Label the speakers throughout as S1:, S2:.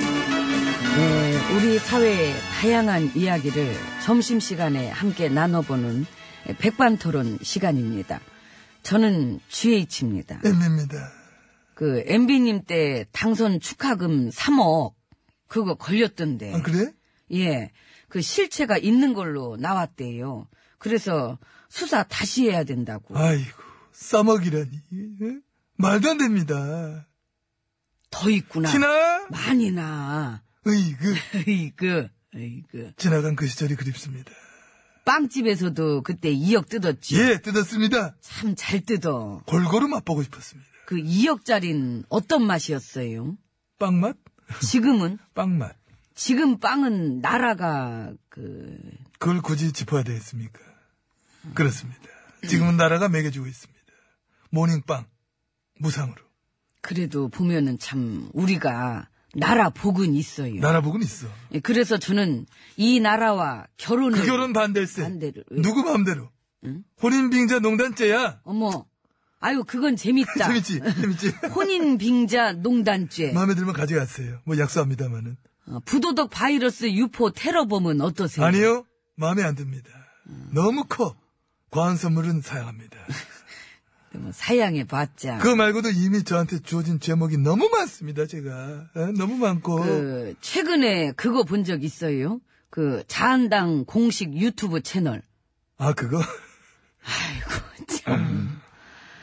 S1: 네, 우리 사회의 다양한 이야기를 점심시간에 함께 나눠보는 백반토론 시간입니다. 저는 GH입니다.
S2: 네. M입니다.
S1: 그 MB님 때 당선 축하금 3억 그거 걸렸던데.
S2: 아, 그래?
S1: 예, 그 실체가 있는 걸로 나왔대요. 그래서 수사 다시 해야 된다고.
S2: 아이고, 싸먹이라니. 예? 말도 안 됩니다.
S1: 더 있구나.
S2: 티나?
S1: 많이 나.
S2: 으이그.
S1: 이그, 이그.
S2: 지나간 그 시절이 그립습니다.
S1: 빵집에서도 그때 2억 뜯었지.
S2: 예, 뜯었습니다.
S1: 참 잘 뜯어.
S2: 골고루 맛보고 싶었습니다.
S1: 그 2억짜린 어떤 맛이었어요?
S2: 빵맛?
S1: 지금은?
S2: 빵맛.
S1: 지금 빵은 나라가 그
S2: 그걸 굳이 짚어야 되겠습니까? 그렇습니다.
S1: 음.
S2: 지금은 나라가 먹여주고 있습니다. 모닝빵. 무상으로.
S1: 그래도 보면은 참 우리가 나라 복은 있어요.
S2: 나라 복은 있어.
S1: 예, 그래서 저는 이 나라와 결혼을
S2: 그 결혼 반댈세.
S1: 반대를 왜-
S2: 누구 마음대로.
S1: 예. 응?
S2: 혼인빙자 농단죄야.
S1: 어머 아유 그건 재밌다.
S2: 재밌지? 재밌지?
S1: 혼인 빙자 농단죄.
S2: 마음에 들면 가져가세요. 뭐 약속합니다만은.
S1: 어, 부도덕 바이러스 유포 테러범은 어떠세요?
S2: 아니요. 마음에 안 듭니다. 너무 커. 과한 선물은 사양합니다.
S1: 뭐 사양해 봤자.
S2: 그거 말고도 이미 저한테 주어진 제목이 너무 많습니다, 제가. 에, 너무 많고.
S1: 그 최근에 그거 본 적 있어요? 그 자한당 공식 유튜브 채널.
S2: 아, 그거?
S1: 아이고 참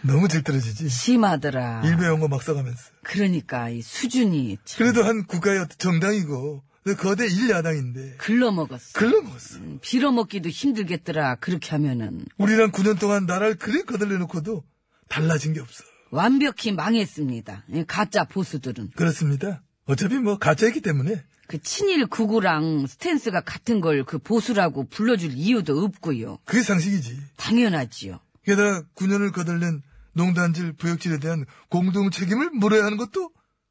S2: 너무 들떨어지지.
S1: 심하더라.
S2: 음. 일베 영어 막 써가면서.
S1: 그러니까 이 수준이 참
S2: 그래도 한 국가의 어떤 정당이고, 그 거대 일야당인데.
S1: 글러먹었어.
S2: 글러먹었어.
S1: 음. 빌어먹기도 힘들겠더라. 그렇게 하면은
S2: 우리랑 9년 동안 나라를 그리 거들려놓고도 달라진 게 없어.
S1: 완벽히 망했습니다. 이 가짜 보수들은
S2: 그렇습니다. 어차피 뭐 가짜이기 때문에.
S1: 그 친일 구구랑 스탠스가 같은 걸 그 보수라고 불러줄 이유도 없고요.
S2: 그게 상식이지.
S1: 당연하지요.
S2: 게다가 9년을 거들낸 농단질, 부역질에 대한 공동 책임을 물어야 하는 것도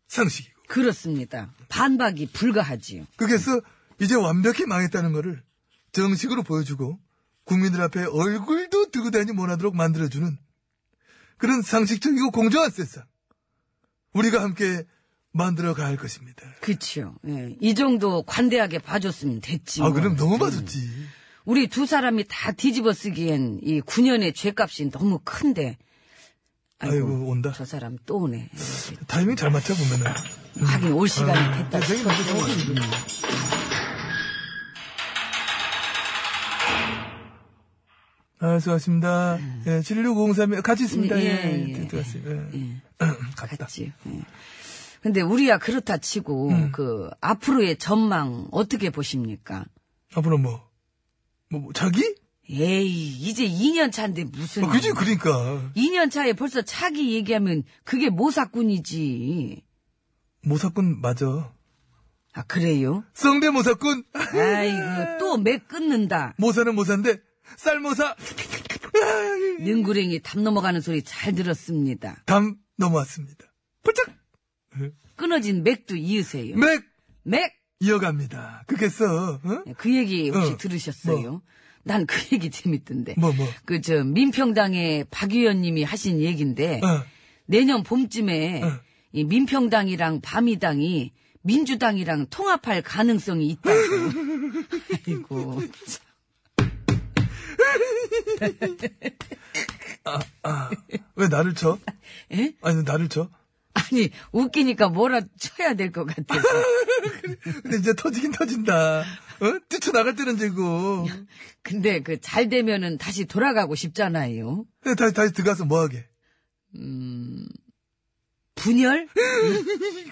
S2: 상식이고.
S1: 그렇습니다. 반박이 불가하지요.
S2: 그래서 이제 완벽히 망했다는 것을 정식으로 보여주고 국민들 앞에 얼굴도 들고 다니지 못하도록 만들어주는 그런 상식적이고 공정한 세상. 우리가 함께 만들어가야 할 것입니다.
S1: 그치요. 예, 이 정도 관대하게 봐줬으면 됐지.
S2: 아,
S1: 뭐.
S2: 그럼 너무
S1: 음.
S2: 맞았지.
S1: 우리 두 사람이 다 뒤집어 쓰기엔 이 9년의 죄값이 너무 큰데.
S2: 아이고, 뭐, 온다.
S1: 저 사람 또 오네. 예,
S2: 타이밍 잘 맞춰 보면은.
S1: 하긴 올
S2: 음.
S1: 시간이 됐다.
S2: 굉장히 맞게 정확하게. 아, 수고하십니다. 예, 76503, 같이 있습니다.
S1: 음. 예,
S2: 예,
S1: 예,
S2: 예,
S1: 예.
S2: 들어갔어요. 예. 갔다.
S1: 같지. 예. 근데 우리야 그렇다 치고
S2: 음.
S1: 그 앞으로의 전망 어떻게 보십니까?
S2: 앞으로 뭐, 뭐, 뭐, 자기?
S1: 에이 이제 2년 차인데 무슨
S2: 아, 그지, 그러니까.
S1: 2년 차에 벌써 차기 얘기하면 그게 모사꾼이지.
S2: 모사꾼 맞아.
S1: 아 그래요?
S2: 성대 모사꾼!
S1: 아이고 또 맥 끊는다.
S2: 모사는 모사인데, 쌀모사!
S1: 능구랭이 담 넘어가는 소리 잘 들었습니다.
S2: 담 넘어왔습니다. 폴짝!
S1: 끊어진 맥도 이으세요.
S2: 맥!
S1: 맥!
S2: 네. 이어갑니다. 그겠어, 응?
S1: 그 얘기 혹시
S2: 어,
S1: 들으셨어요? 난 그 얘기 재밌던데.
S2: 뭐, 뭐.
S1: 그, 저, 민평당의 박 의원님이 하신 얘기인데,
S2: 어.
S1: 내년 봄쯤에
S2: 어.
S1: 이 민평당이랑 밤이당이 민주당이랑 통합할 가능성이 있다고. 아이고.
S2: 왜 나를 쳐?
S1: 에?
S2: 아, 아니, 나를 쳐?
S1: 아니, 웃기니까 뭐라 쳐야 될 것 같아서.
S2: 근데 이제 터지긴 터진다. 어? 뛰쳐나갈 때는 제고.
S1: 근데 그 잘 되면은 다시 돌아가고 싶잖아요.
S2: 다시, 다시 들어가서 뭐하게.
S1: 음, 분열?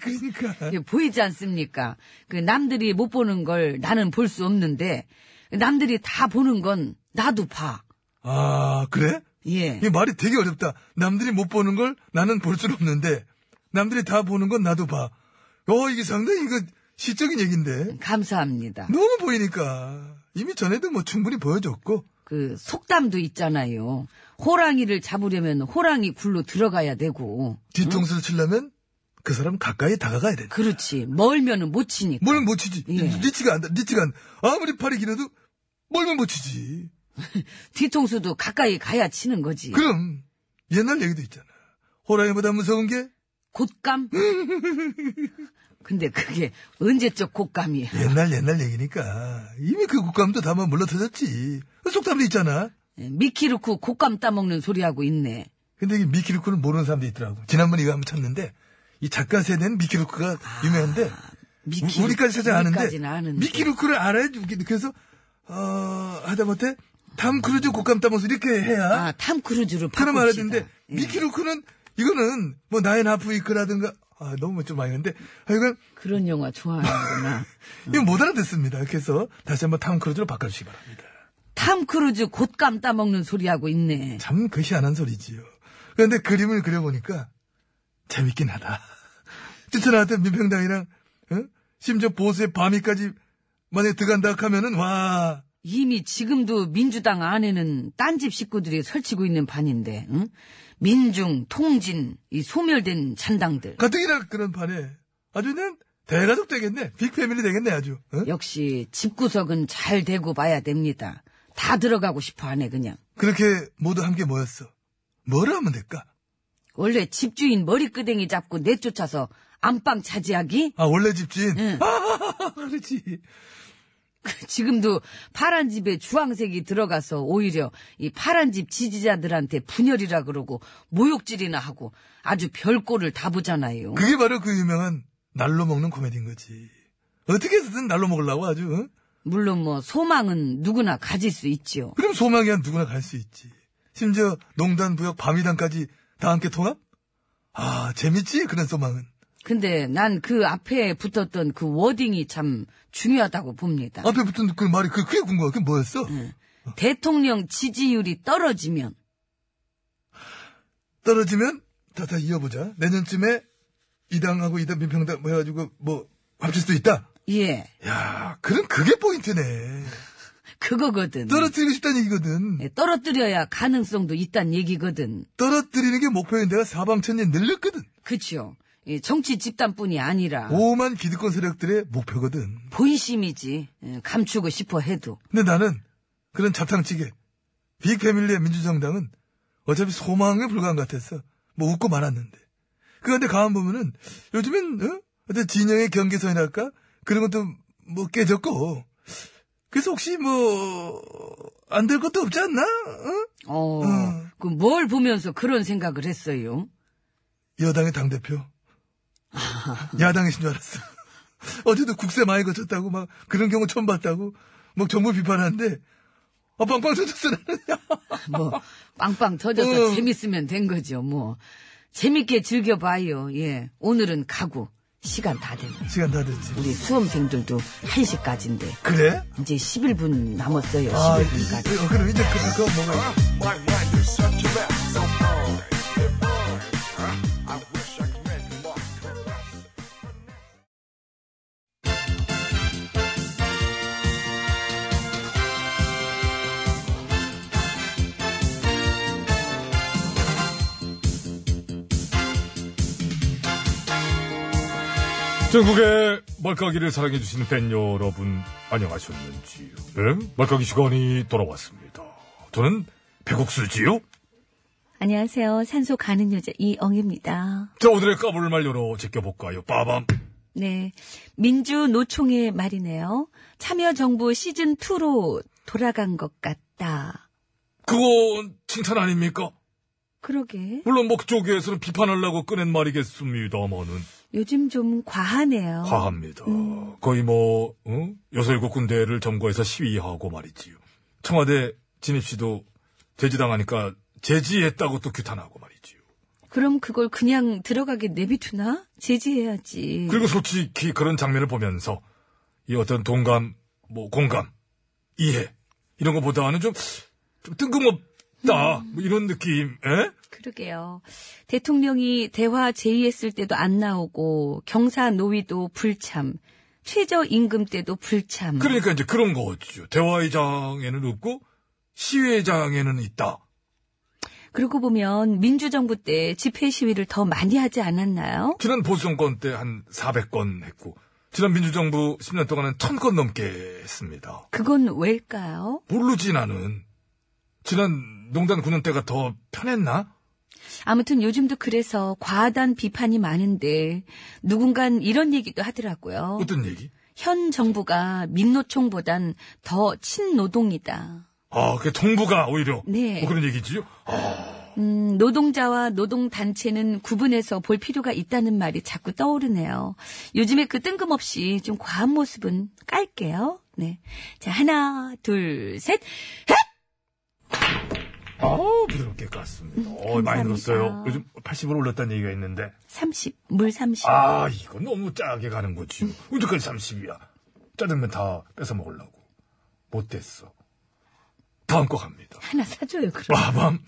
S2: 그러니까.
S1: 이게 보이지 않습니까? 그 남들이 못 보는 걸 나는 볼 수 없는데, 남들이 다 보는 건 나도 봐.
S2: 아, 그래?
S1: 예.
S2: 이 말이 되게 어렵다. 남들이 못 보는 걸 나는 볼 수는 없는데, 남들이 다 보는 건 나도 봐. 어, 이게 상당히 이거 시적인 얘기인데.
S1: 감사합니다.
S2: 너무 보이니까. 이미 전에도 뭐 충분히 보여줬고.
S1: 그 속담도 있잖아요. 호랑이를 잡으려면 호랑이 굴로 들어가야 되고.
S2: 뒤통수를 치려면 그 사람 가까이 다가가야 돼.
S1: 그렇지. 멀면은 못 치니까.
S2: 뭘 못 치지?
S1: 예.
S2: 리치가 안다, 리치가 안. 아무리 팔이 길어도 멀면 못 치지.
S1: 뒤통수도 가까이 가야 치는 거지.
S2: 그럼 옛날 얘기도 있잖아. 호랑이보다 무서운 게
S1: 곶감? 근데 그게 언제적 곶감이야.
S2: 옛날 옛날 얘기니까 이미 그 국감도 다만 물러터졌지. 속담도 있잖아.
S1: 예, 미키루쿠 곶감 따먹는 소리하고 있네.
S2: 근데 이 미키루크는 모르는 사람도 있더라고. 지난번에 이거 한번 쳤는데 이 작가 세대는 미키루크가 유명한데
S1: 아, 미키루크,
S2: 우- 우리까지 찾아
S1: 우리까지는
S2: 아는데
S1: 아는데.
S2: 미키루크를 알아야지 웃기는데 그래서 어, 하다못해 담 크루즈 국감 따먹어서 이렇게 해야
S1: 아, 탐크루즈로
S2: 그런 말을
S1: 바꿉시다.
S2: 했는데 미키루크는 이거는 뭐 나인 하프이크라든가 아 너무 좀 많이 했는데 하여간
S1: 그런 영화 좋아하는구나.
S2: 이거 못 알아듣습니다. 그래서 다시 한번 탐 크루즈로 바꿔주시기 바랍니다.
S1: 탐크루즈 곶감 따먹는 소리하고 있네.
S2: 참 그 희한한 소리지요. 그런데 그림을 그려보니까 재밌긴 하다. 뛰쳐나왔던 민평당이랑 어? 심지어 보수의 밤이까지 만약에 들어간다 하면은 와
S1: 이미 지금도 민주당 안에는 딴집 식구들이 설치고 있는 반인데, 응? 민중, 통진, 이 소멸된 잔당들.
S2: 가뜩이나 그런 판에 아주 그냥 대가족 되겠네. 빅패밀리 되겠네 아주. 어?
S1: 역시 집구석은 잘 되고 봐야 됩니다. 다 들어가고 싶어 하네, 그냥.
S2: 그렇게 모두 함께 모였어. 뭐를 하면 될까?
S1: 원래 집주인 머리끄댕이 잡고 내쫓아서 안방 차지하기?
S2: 아 원래 집주인.
S1: 응.
S2: 아, 그렇지.
S1: 지금도 파란 집에 주황색이 들어가서 오히려 이 파란 집 지지자들한테 분열이라 그러고 모욕질이나 하고 아주 별꼴을 다 보잖아요.
S2: 그게 바로 그 유명한 날로 먹는 코미디인 거지. 어떻게 해서든 날로 먹으려고 아주. 어?
S1: 물론 뭐 소망은 누구나 가질 수 있지요.
S2: 그럼 소망이야 누구나 갈 수 있지. 심지어 농단, 부역, 밤이단까지 다 함께 통합? 아, 재밌지? 그런 소망은.
S1: 근데 난 그 앞에 붙었던 그 워딩이 참 중요하다고 봅니다.
S2: 앞에 붙은 그 말이 그- 그게 궁금해. 그게 뭐였어?
S1: 대통령 지지율이 떨어지면
S2: 떨어지면 다, 다 이어보자. 내년쯤에 이당하고 이당 민평당 뭐 해가지고 뭐 합칠 수도 있다.
S1: 예
S2: 야, 그럼 그게 포인트네.
S1: 그거거든.
S2: 떨어뜨리고 싶다는 얘기거든.
S1: 예, 떨어뜨려야 가능성도 있단 얘기거든.
S2: 떨어뜨리는 게 목표인 내가 사방천리 늘렸거든.
S1: 그치요. 예, 정치 집단뿐이 아니라
S2: 오만 기득권 세력들의 목표거든.
S1: 본심이지. 예, 감추고 싶어 해도.
S2: 근데 나는 그런 잡탕찌개 빅패밀리의 민주정당은 어차피 소망에 불과한 것 같았어. 뭐 웃고 말았는데. 그런데 가만 보면은 요즘엔 어? 어떤 진영의 경계선이랄까 그런 것도 뭐 깨졌고 그래서 혹시 뭐 안 될 것도 없지 않나? 어?
S1: 어,
S2: 어.
S1: 그 뭘 보면서 그런 생각을 했어요?
S2: 여당의 당 대표 야당이신 줄 알았어. 어제도 국세 많이 거쳤다고 막 그런 경우 처음 봤다고 막 정부 비판하는데 아 빵빵 터졌어 나는.
S1: 뭐 빵빵 터져서
S2: 음.
S1: 재밌으면 된 거죠. 뭐 재밌게 즐겨봐요. 예, 오늘은 가고 시간 다 됐네.
S2: 시간 다 됐지.
S1: 우리 수험생들도 1시까지인데
S2: 그래?
S1: 이제 11분 남았어요.
S2: 아, 이,
S1: 11분까지.
S2: 이- 어, 그럼 이제 그, 그거 뭐가
S3: 전국의 말까기를 사랑해주시는 팬 여러분, 안녕하셨는지요? 네? 말까기 시간이 돌아왔습니다. 저는 백옥수지요?
S4: 안녕하세요. 산소 가는 여자 이엉입니다.
S3: 자, 오늘의 까불 말 열어 제껴볼까요? 빠밤!
S4: 네. 민주 노총의 말이네요. 참여정부 시즌2로 돌아간 것 같다.
S3: 그건 칭찬 아닙니까?
S1: 그러게.
S2: 물론 뭐 그쪽에서는 비판하려고 꺼낸 말이겠습니다만은
S1: 요즘 좀 과하네요.
S2: 과합니다. 거의 뭐 어? 여섯 일곱 군데를 점거해서 시위하고 말이지요. 청와대 진입 씨도 제지당하니까 제지했다고 또 규탄하고 말이지요.
S1: 그럼 그걸 그냥 들어가게 내비두나? 제지해야지.
S2: 그리고 솔직히 그런 장면을 보면서 이 어떤 동감, 뭐 공감, 이해 이런 것보다는 좀, 좀 뜬금없다 뭐 이런 느낌. 예? 에?
S1: 그러게요. 대통령이 대화 제의했을 때도 안 나오고 경사 노위도 불참, 최저 임금 때도 불참.
S2: 그러니까 이제 그런 거죠. 대화의 장에는 없고 시위의 장에는 있다.
S1: 그러고 보면 민주정부 때 집회 시위를 더 많이 하지 않았나요?
S2: 지난 보수정권 때 한 400건 했고 지난 민주정부 10년 동안은 1000건 넘게 했습니다.
S1: 그건 왜일까요?
S2: 모르지 나는. 지난 농단 9년 때가 더 편했나?
S1: 아무튼 요즘도 그래서 과하단 비판이 많은데 누군간 이런 얘기도 하더라고요.
S2: 어떤 얘기?
S1: 현 정부가 민노총보단 더 친노동이다.
S2: 아, 그 정부가 오히려
S1: 네.
S2: 뭐 그런 얘기지요?
S1: 음, 노동자와 노동단체는 구분해서 볼 필요가 있다는 말이 자꾸 떠오르네요. 요즘에 그 뜬금없이 좀 과한 모습은 깔게요. 네. 자, 하나, 둘, 셋.
S2: 아우 부드럽게 깠습니다. 어, 많이
S1: 음, 감사합니다.
S2: 늘었어요. 요즘 80으로 올렸다는 얘기가 있는데
S1: 30, 물 30.
S2: 아 이거 너무 짜게 가는 거지. 언제까지 30이야. 짜장면 다 뺏어 먹으려고. 못됐어. 다음 거 갑니다.
S1: 하나 사줘요, 그럼.
S2: 빠밤.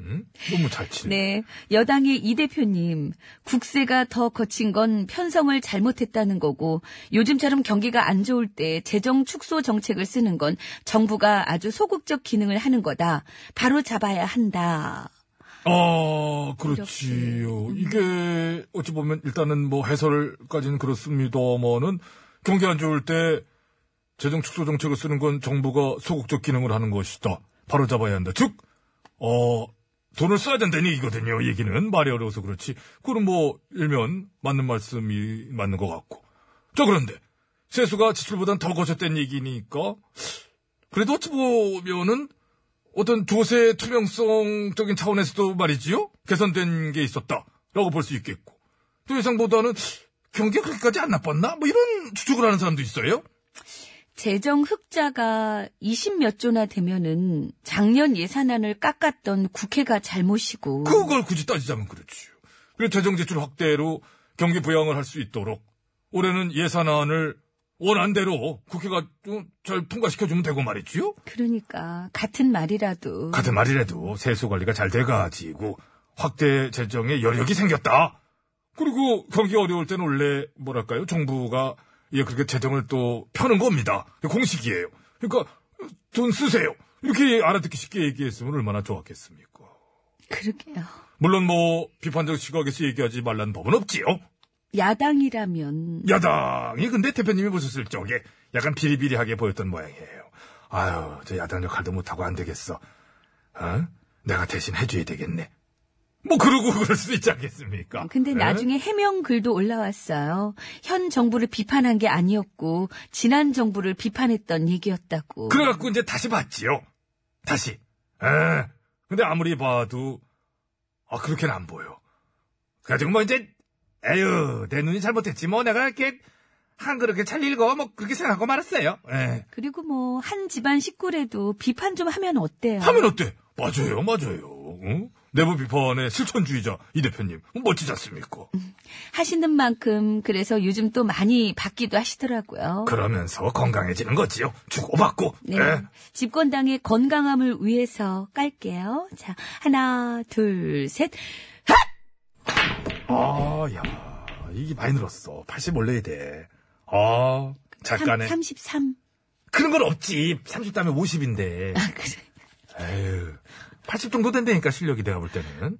S2: 응? 너무 잘 치네.
S1: 네. 여당의 이 대표님, 국세가 더 거친 건 편성을 잘못했다는 거고, 요즘처럼 경기가 안 좋을 때 재정 축소 정책을 쓰는 건 정부가 아주 소극적 기능을 하는 거다. 바로 잡아야 한다.
S2: 아, 그렇지요. 이게 어찌 보면 일단은 뭐 해설까지는 그렇습니다만은 경기 안 좋을 때 재정 축소 정책을 쓰는 건 정부가 소극적 기능을 하는 것이다. 바로 잡아야 한다. 즉, 어, 돈을 써야 된다는 얘기거든요. 이 얘기는 말이 어려워서 그렇지. 그건 뭐 일면 맞는 말씀이 맞는 것 같고. 저 그런데 세수가 지출보단 더 거쳤다는 얘기니까 그래도 어찌 보면은 어떤 조세 투명성적인 차원에서도 말이지요. 개선된 게 있었다라고 볼 수 있겠고. 또 예상보다는 경기가 그렇게까지 안 나빴나? 뭐 이런 추측을 하는 사람도 있어요.
S1: 재정 흑자가 20몇 조나 되면은 작년 예산안을 깎았던 국회가 잘못이고.
S2: 그걸 굳이 따지자면 그렇지요. 그리고 재정 지출 확대로 경기 부양을 할 수 있도록 올해는 예산안을 원안대로 국회가 좀 잘 통과시켜주면 되고 말이지요.
S1: 그러니까 같은 말이라도.
S2: 같은 말이라도 세수 관리가 잘 돼가지고 확대 재정에 여력이 생겼다. 그리고 경기 어려울 땐 원래 뭐랄까요 정부가 예 그렇게 재정을 또 펴는 겁니다. 공식이에요. 그러니까 돈 쓰세요. 이렇게 알아듣기 쉽게 얘기했으면 얼마나 좋았겠습니까.
S1: 그러게요.
S2: 물론 뭐 비판적 시각에서 얘기하지 말란 법은 없지요.
S1: 야당이라면.
S2: 야당이 근데 대표님이 보셨을 적에 약간 비리비리하게 보였던 모양이에요. 아유, 저 야당 역할도 못하고 안 되겠어. 어? 내가 대신 해줘야 되겠네. 뭐 그러고 그럴 수도 있지 않겠습니까? 어?
S1: 근데
S2: 에?
S1: 나중에 해명 글도 올라왔어요. 현 정부를 비판한 게 아니었고 지난 정부를 비판했던 얘기였다고.
S2: 그래갖고 이제 다시 봤지요. 다시. 에. 근데 아무리 봐도 아 그렇게는 안 보여. 그래가지고 뭐 이제 에휴 내 눈이 잘못했지 뭐 내가 이렇게 한 그릇게 잘 읽어 뭐 그렇게 생각하고 말았어요. 예. 에.
S1: 그리고 뭐 한 집안 식구래도 비판 좀 하면 어때요?
S2: 하면 어때? 맞아요, 맞아요. 응? 내부 비판의 실천주의자 이 대표님 멋지지 않습니까?
S1: 음. 하시는 만큼 그래서 요즘 또 많이 받기도 하시더라고요.
S2: 그러면서 건강해지는 거지요. 주고받고.
S1: 네.
S2: 예.
S1: 집권당의 건강함을 위해서 깔게요. 자, 하나, 둘, 셋.
S2: 아, 야, 이게 많이 늘었어. 80 올려야 돼. 아, 잠깐에
S1: 33.
S2: 그런 건 없지. 30 다음에 50인데.
S1: 아, 그래.
S2: 에휴, 80 정도 된다니까 실력이 내가 볼 때는.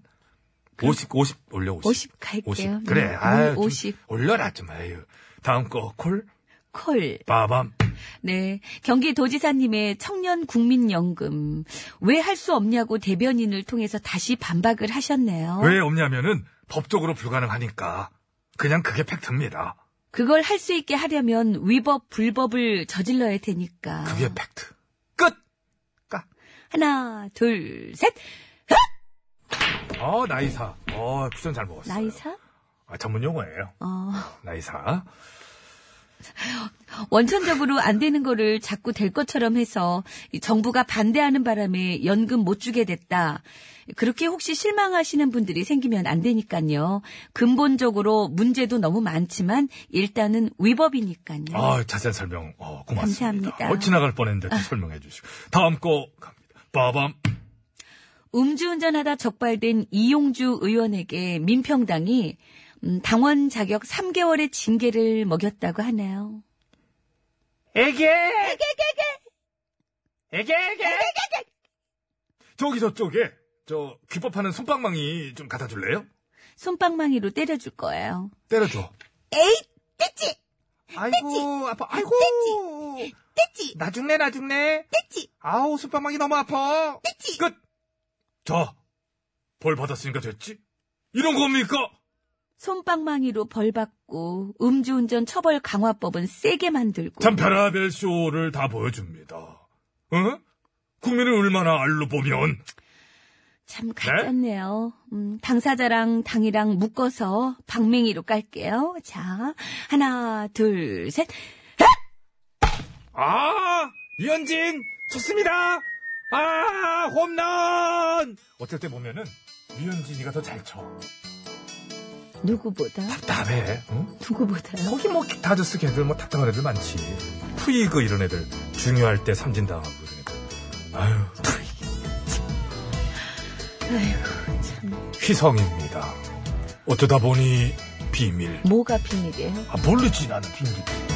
S2: 50, 50 올려 50.
S1: 50 그 갈게요.
S2: 50. 그래,
S1: 네,
S2: 아유, 좀
S1: 50.
S2: 올려라 좀. 아유, 다음 거 콜,
S1: 콜.
S2: 빠밤.
S1: 네. 경기도지사님의 청년국민연금. 왜 할 수 없냐고 대변인을 통해서 다시 반박을 하셨네요.
S2: 왜 없냐면은 법적으로 불가능하니까 그냥 그게 팩트입니다.
S1: 그걸 할 수 있게 하려면 위법, 불법을 저질러야 되니까.
S2: 그게 팩트. 끝.
S1: 하나, 둘, 셋.
S2: 어, 나이사. 어, 쿠션 잘 먹었어요.
S1: 나이사?
S2: 아, 전문 용어예요.
S1: 어.
S2: 나이사.
S1: 원천적으로 안 되는 거를 자꾸 될 것처럼 해서 이 정부가 반대하는 바람에 연금 못 주게 됐다. 그렇게 혹시 실망하시는 분들이 생기면 안 되니까요. 근본적으로 문제도 너무 많지만 일단은 위법이니까요.
S2: 아, 자세한 설명, 어, 고맙습니다.
S1: 네. 감사합니다.
S2: 어, 지나갈 뻔했는데 또 설명해 주시고. 다음 거 갑니다. 빠밤.
S1: 음주운전하다 적발된 이용주 의원에게 민평당이 음, 당원 자격 3개월의 징계를 먹였다고 하나요?
S2: 저기 저쪽에, 저, 귀법하는 손방망이 좀 갖다 줄래요?
S1: 손방망이로 때려줄 거예요.
S2: 때려줘.
S1: 에이, 됐지!
S2: 아이고, 아파. 아이고. 됐지. 됐지. 나중네, 나중네. 됐지. 아우, 숯방망이 너무 아파. 됐지. 끝. 자, 벌 받았으니까 됐지? 이런 겁니까?
S1: 손방망이로 벌 받고 음주운전 처벌 강화법은 세게 만들고
S2: 참 별하별 쇼를 다 보여줍니다. 응? 국민을 얼마나 알로 보면
S1: 참 가짜네요. 음, 당사자랑 당이랑 묶어서 방맹이로 깔게요. 자, 하나, 둘, 셋.
S2: 아 이현진 좋습니다. 아 홈런. 어쩔 때 보면은 이현진이가 더 잘 쳐.
S1: 누구보다
S2: 답답해. 응?
S1: 누구보다요.
S2: 거기 뭐 다저스 걔들 뭐 답답한 애들 많지. 푸이그 이런 애들 중요할 때 삼진 당하고 이런 애들. 아유
S1: 아이고 참
S2: 휘성입니다. 어쩌다 보니 비밀.
S1: 뭐가 비밀이에요?
S2: 아 모르지 나는 비밀.